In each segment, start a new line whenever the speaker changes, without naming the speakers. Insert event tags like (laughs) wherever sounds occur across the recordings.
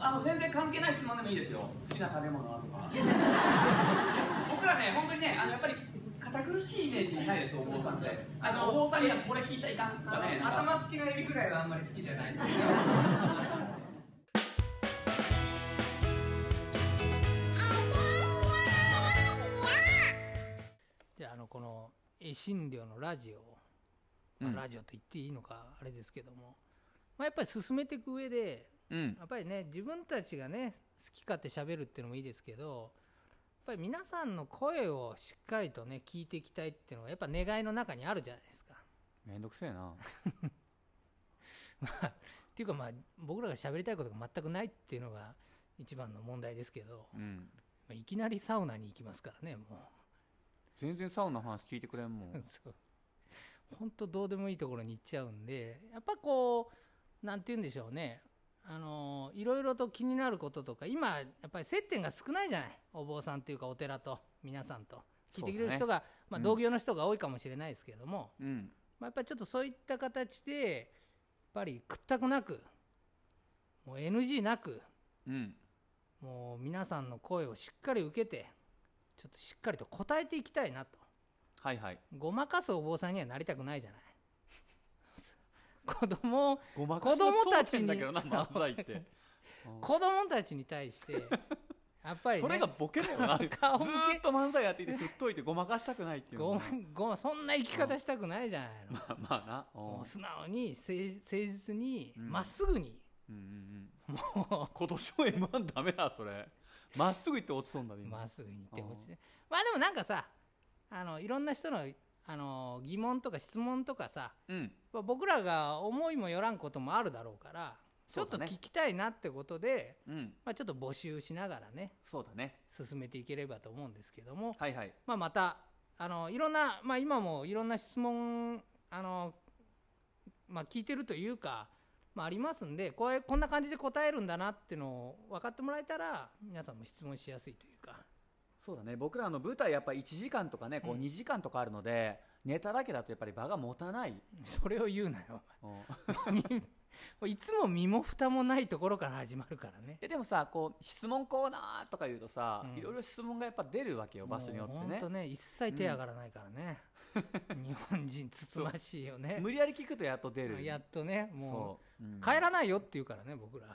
あの全然関係ない質問でもいいですよ好きな食べ物はとか僕らね本当にねあのやっぱり堅苦しいイメージないですお坊さんってあのお坊さんにはこれ聞いちゃいかんとかねなんか
頭付きのエビフライはあんまり好きじゃない
であのこのえ診療のラジオを、まあ
うん
ラジオと言っていいのかあれですけども、まあ、やっぱり進めていく上で
うん
やっぱりね自分たちがね好き勝手喋るっていうのもいいですけどやっぱり皆さんの声をしっかりとね聞いていきたいっていうのはやっぱ願いの中にあるじゃないですか。
めんどくせえな
まあ、っていうかまあ僕らが喋りたいことが全くないっていうのが一番の問題ですけど、ま
うん
あいきなりサウナに行きますからねもう。
全然サウナの話聞いてくれんもん
そう本当どうでもいいところに行っちゃうんでやっぱこうなんて言うんでしょうねあのいろいろと気になることとか今やっぱり接点が少ないじゃないお坊さんというかお寺と皆さんと聞いてくれる人が、まあ、
うん
同業の人が多いかもしれないですけれども、
うん
まあ、やっぱりちょっとそういった形でやっぱり屈託なくもう NG なく
うん
もう皆さんの声をしっかり受けてちょっとしっかりと答えていきたいなと
はいはい
ごまかすお坊さんにはなりたくないじゃ (laughs) ない子供を
ごま
子供た
頂
ち
点
に
だけどな漫才 (laughs) って
子供たちに対してやっぱり、
(laughs)
ね、
それがボケだよなず
顔向け
ーっと漫才やっていて振っといてごまかしたくないっていうの
ご
は
まごまそんな生き方したくないじゃないの、
まあまあなうん
もう素直に誠誠実に
うん
まっすぐに、
うんうんうん今年も m 1ダメだそれまっすぐ行って落ちそうになる今
まっすぐに言ってほしいねまあでもなんかさあのいろんな人のあの疑問とか質問とかさ
うん
まあ僕らが思いもよらんこともあるだろうからちょっ
そ
と
うだね
聞きたいなってことで、
うん
まあ、ちょっと募集しながらね
そうだね
進めていければと思うんですけども、
はいはい
まあ、またあのいろんな、まあ、今もいろんな質問あの、まあ、聞いてるというか、まあ、ありますんでこうこんな感じで答えるんだなっていうのを分かってもらえたら皆さんも質問しやすいというか
そうだね僕らの舞台やっぱり1時間とかねこう
うん
2時間とかあるので、ネタだけだとやっぱり場が持たない、
それを言うなよ (laughs)
うん
いつも身も蓋もないところから始まるからね
えでもさこう質問コーナーとか言うとさ、
うん
いろいろ質問がやっぱ出るわけよ場所によってね
本当ね一切手上がらないからね、日本人つつましいよね
無理やり聞くとやっと出る
やっとねも
そう、うん
う帰らないよって言うからね僕ら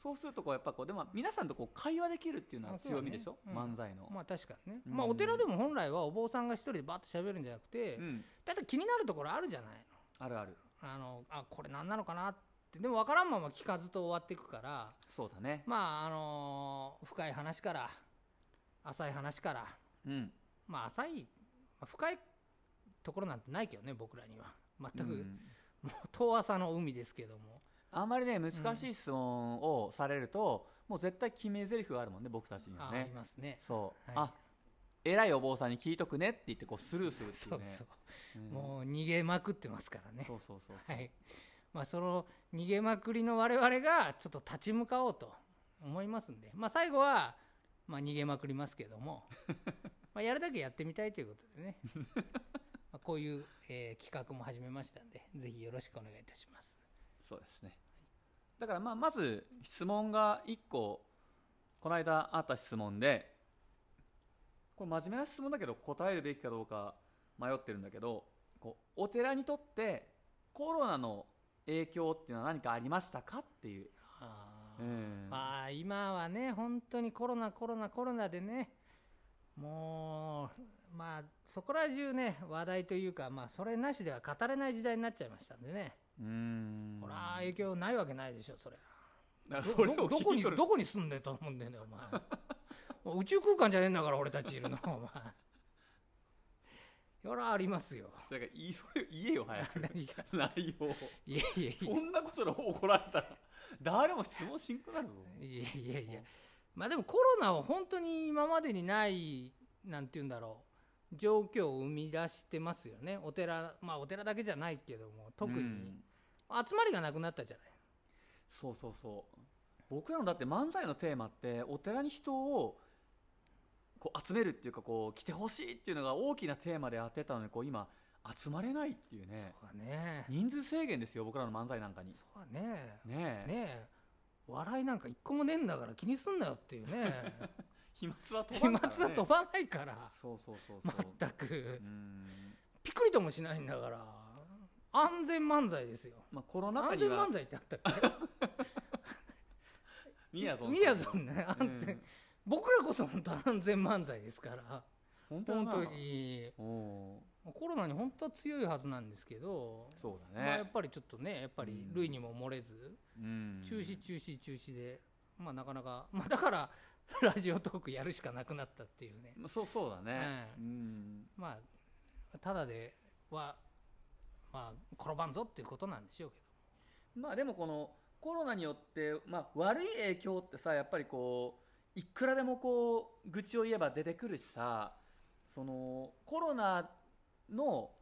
そうするとこうやっぱこうでも皆さんとこう会話できるっていうのは
あそうだね
強みでしょ、
うん
漫才の、
まあ確かにね、
うん
まあお寺でも本来はお坊さんが一人でバッと喋るんじゃなくて、
うん
だって気になるところあるじゃないの
あるある
あのあこれ何なのかなってでも分からんまま聞かずと終わっていくから
そうだね
まああのー深い話から浅い話から
うん
まあ浅い、まあ深いところなんてないけどね僕らには全く、
うん
もう遠浅の海ですけども
あんまりね難しい質問をされると、もう絶対決め台詞があるもんね僕たちに
あ
は
あり
ね
ますね
そう、
はい
あ偉いお坊さんに聞いとくねって言ってこうスルーするって
そ
いううね
そう、
うん
もう逃げまくってますからね
そうそうそうそう
はいまあ、その逃げまくりの我々がちょっと立ち向かおうと思いますんで、まあ、最後は、まあ、逃げまくりますけ
(laughs)
どもまあやるだけやってみたいということでねまあこういう、えー企画も始めましたんでぜひよろしくお願いいたします
そうですねだからまあまず質問が1個この間あった質問でこれ真面目な質問だけど答えるべきかどうか迷ってるんだけどこうお寺にとってコロナの影響っていうのは何かありましたかっていう、
あー
うん
まあ今はね本当にコロナコロナコロナでねもうまあそこら中ね話題というかまあそれなしでは語れない時代になっちゃいましたんでね
うん
ほら影響ないわけないでしょそれ
だから
ど
それを
どどこ
聞き
に
取る
どこに住んでたもんでねお前 (laughs) もう宇宙空間じゃねえんだから俺たちいるの (laughs) お前よらありますよ
だからいいそれ言えよ早く
(laughs) 何が
(laughs) 内容
いやいやい
そんなことで怒られたら誰も質問しんくなるぞ
やいやいやいやまあでもコロナは本当に今までにないなんて言うんだろう状況を生み出してますよねお寺まあお寺だけじゃないけども特に、
うん
集まりがなくなったじゃない
そうそうそう僕らのだって漫才のテーマってお寺に人をこう集めるっていうかこう来てほしいっていうのが大きなテーマでやってたのにこう今集まれないっていうね
そうだね
人数制限ですよ僕らの漫才なんかにね
そうだね
え
ねえ笑いなんか一個もねえんだから気にすんなよってい
(laughs)
うね
飛沫は飛
飛
ば
沫
ん
は
から、ね、
飛ばないから
そうそうそうそう、
全く
うん
ピクリともしないんだから安全漫才ですよ
まあコロナ禍
安
に
全
は
漫才ってあったっけ
みやぞん
みやぞんね安全、
うん
僕らこそ本当安全漫才ですから
本当だ
本
な
当に
お
コロナに本当は強いはずなんですけど、
ーそうだ
まあ、や
ね
っ、ぱりちょっとねやっぱり類にも漏れず、
うん、
中止中止中止でまあなかなかまあだからラジオトークやるしかなくなったっていうね
まあそうそうだね、
う
うん
まあただではまあ転ばんぞっていうことなんでしょうけ
まあでもこのコロナによって、まあ、悪い影響ってさやっぱりこういくらでもこう愚痴を言えば出てくるしさそのコロナの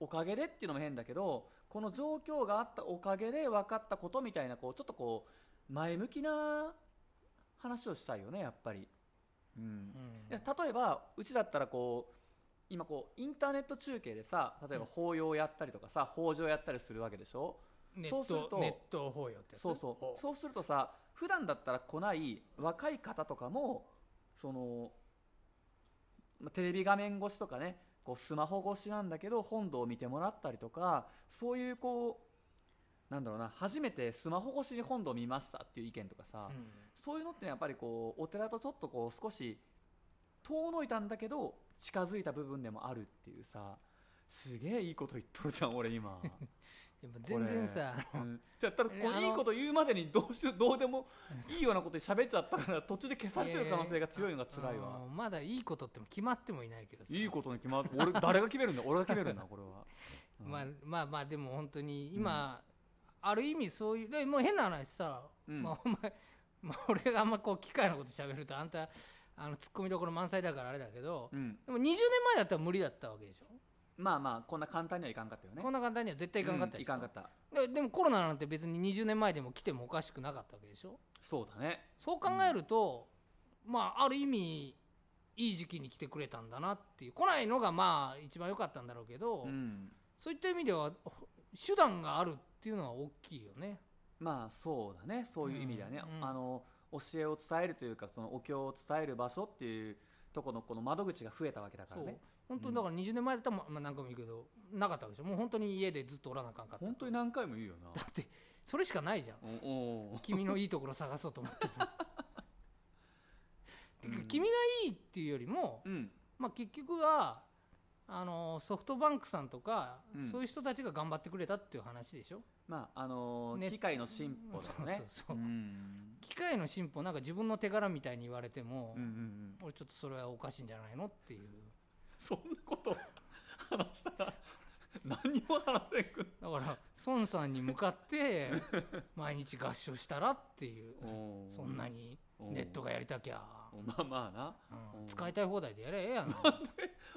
おかげでっていうのも変だけどこの状況があったおかげで分かったことみたいなこうちょっとこう前向きな話をしたいよねやっぱり。うん
ど、
いや例えばうちだったらこう今こうインターネット中継でさ例えば法要やったりとかさ法上やったりするわけでしょ、
うんネ
そう
ッ
する
ト
と
ネット法要ってやつ
そうそ
ほ
うそうするとさ普段だったら来ない若い方とかもそのまあテレビ画面越しとかねこうスマホ越しなんだけど本堂を見てもらったりとかそういうこうなんだろうな初めてスマホ越しに本堂を見ましたっていう意見とかさ、
うん
そういうのってやっぱりこうお寺とちょっとこう少し遠のいたんだけど近づいた部分でもあるっていうさすげえいいこと言っとるじゃん俺今。
でも全然さ
うんじゃあただこ
ねあ
う
の
いいこと言うまでにどうしようどうでもいいようなこと喋っちゃったから途中で消されてる可能性が強いのが辛いわ
あのまだいいことっても決まってもいないけどさ
いいことに決まる俺誰が決めるんだ俺が決めるんだこれは、うん
まあまあまあでも本当に今、ある意味そういうでもう変な話さ、
うん
まあ、お前、まあ、俺があんまこう機械のこと喋るとあんたあのツッコミどころ満載だからあれだけど、
うん
でも20年前だったら無理だったわけでしょ、
まあまあこんな簡単にはいかんかったよね
こんな簡単には絶対いかんかっ
うん
たで
い
しょ、
かんかった
ででもコロナなんて別に20年前でも来てもおかしくなかったわけでしょ
そうだね
そう考えると、まあある意味いい時期に来てくれたんだなっていう来ないのがまあ一番良かったんだろうけど、
うん
そういった意味ではほ手段があるっていうのは大きいよね。
まあそうだねそういう意味ではね、
うんうん
あの教えを伝えるというかそのお経を伝える場所っていうところのこの窓口が増えたわけだか
そ
ら
う
ね
本当にだから20年前だったら、まあ、何回も言うけどなかったわけでしょもう本当に家でずっとおらなあかんかった
本当に何回も言うよ
(laughs)
な
だってそれしかないじゃん
おお
君のいいところ探そうと思って
(laughs)
るてか
うん
君がいいっていうよりも、
うん
まあ、結局はあのソフトバンクさんとか、
うん
そういう人たちが頑張ってくれたっていう話でしょ
まああのー
ね
機械の進歩だよね。
そうそうそう
うん
機械の進歩なんか自分の手柄みたいに言われても、
うんうんうん
俺ちょっとそれはおかしいんじゃないのっていう
そんなこと話したら何も話せんく
だから孫さんに向かって
(laughs)
毎日合唱したらっていうそんなにネットがやりたきゃ、
まあまあな
うん
うん
使いたい放題でやれええやん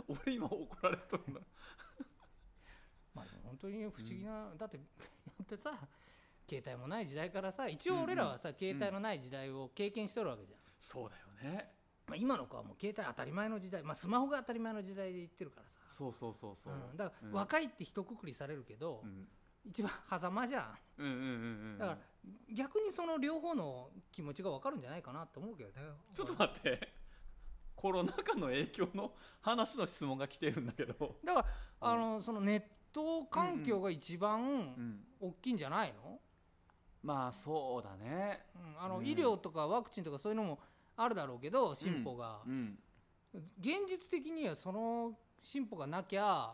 俺今怒られとるんだ
まあ本当に不思議な、だってだってさ携帯もない時代からさ一応俺らはさ、携帯のない時代を経験しとるわけじゃん、
そうだよね
まあ、今の子はもう携帯当たり前の時代、まあ、スマホが当たり前の時代で言ってるからさ
そうそうそうそう、
うんだから
うん
若いって一括りされるけど、
うん、
一番狭間じゃん
うんうんうんうん
だから逆にその両方の気持ちが分かるんじゃないかなと思うけどね
ちょっと待ってコロナ禍の影響の話の質問が来てるんだけど、
だからあのそのネット環境が一番
うん、
大きいんじゃないの,、
まあそうだね
うんあの
うん
医療とかワクチンとかそういうのもあるだろうけど進歩が、
うん
現実的にはその進歩がなきゃ、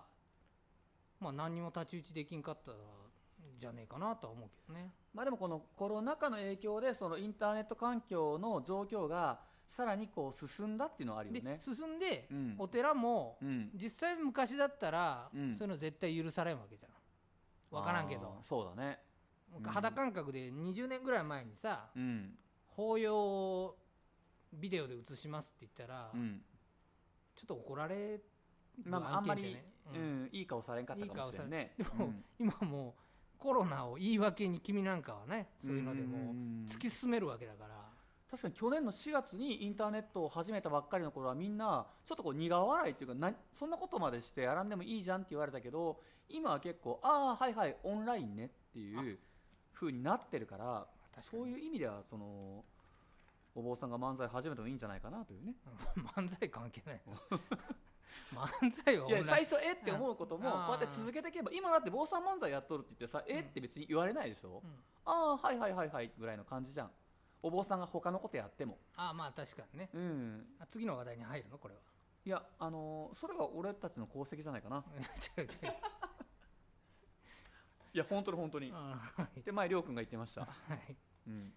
まあ、何にも太刀打ちできんかったんじゃねえかなとは思うけどね。
まあ、でもこのコロナ禍の影響でそのインターネット環境の状況がさらにこう進んだっていうのはあるよ
で
ね。
進んで、
うん
お寺も、
うん、
実際昔だったら、
うん
そういうの絶対許されんわけじゃん。分からんけ
あ
ど
ーそうだね、うん
肌感覚で20年ぐらい前にさ
うん
法要をビデオで映しますって言ったら、
うん
ちょっと怒られる
まあ、あ
案
んま
件じゃ
り
ね、
う
うん
ん、いい顔されんかったかもしれんね。
いい顔されでも今もうコロナを言い訳に君なんかはねそういうので
んん
もうん突き進めるわけだから、 (laughs)
確かに去年の4月にインターネットを始めたばっかりの頃はみんなちょっとこう苦笑いっていうかなそんなことまでしてやらんでもいいじゃんって言われたけど今は結構ああはいはいオンラインねっていう風になってるから
確か
そう
に
いう意味ではそのお坊さんが漫才始めてもいいんじゃないかなというね
うん漫才関係
(laughs)
ないな漫才はい
や
同
最
じ
初えって思うこともこ
あー
うやって続けていけば今だって坊さん漫才やっとるって言ってさえって別に言われないでしょ、
うん
ああはいはいはいはいぐらいの感じじゃんお坊さんが他のことやっても
ああまあ確かにね
うん
あ次の話題に入るのこれは (laughs)
いやあのーそれが俺たちの功績じゃないかな
違う違う
いや本当に本当に
あーはい
で前亮君が言ってました、
はい
うん、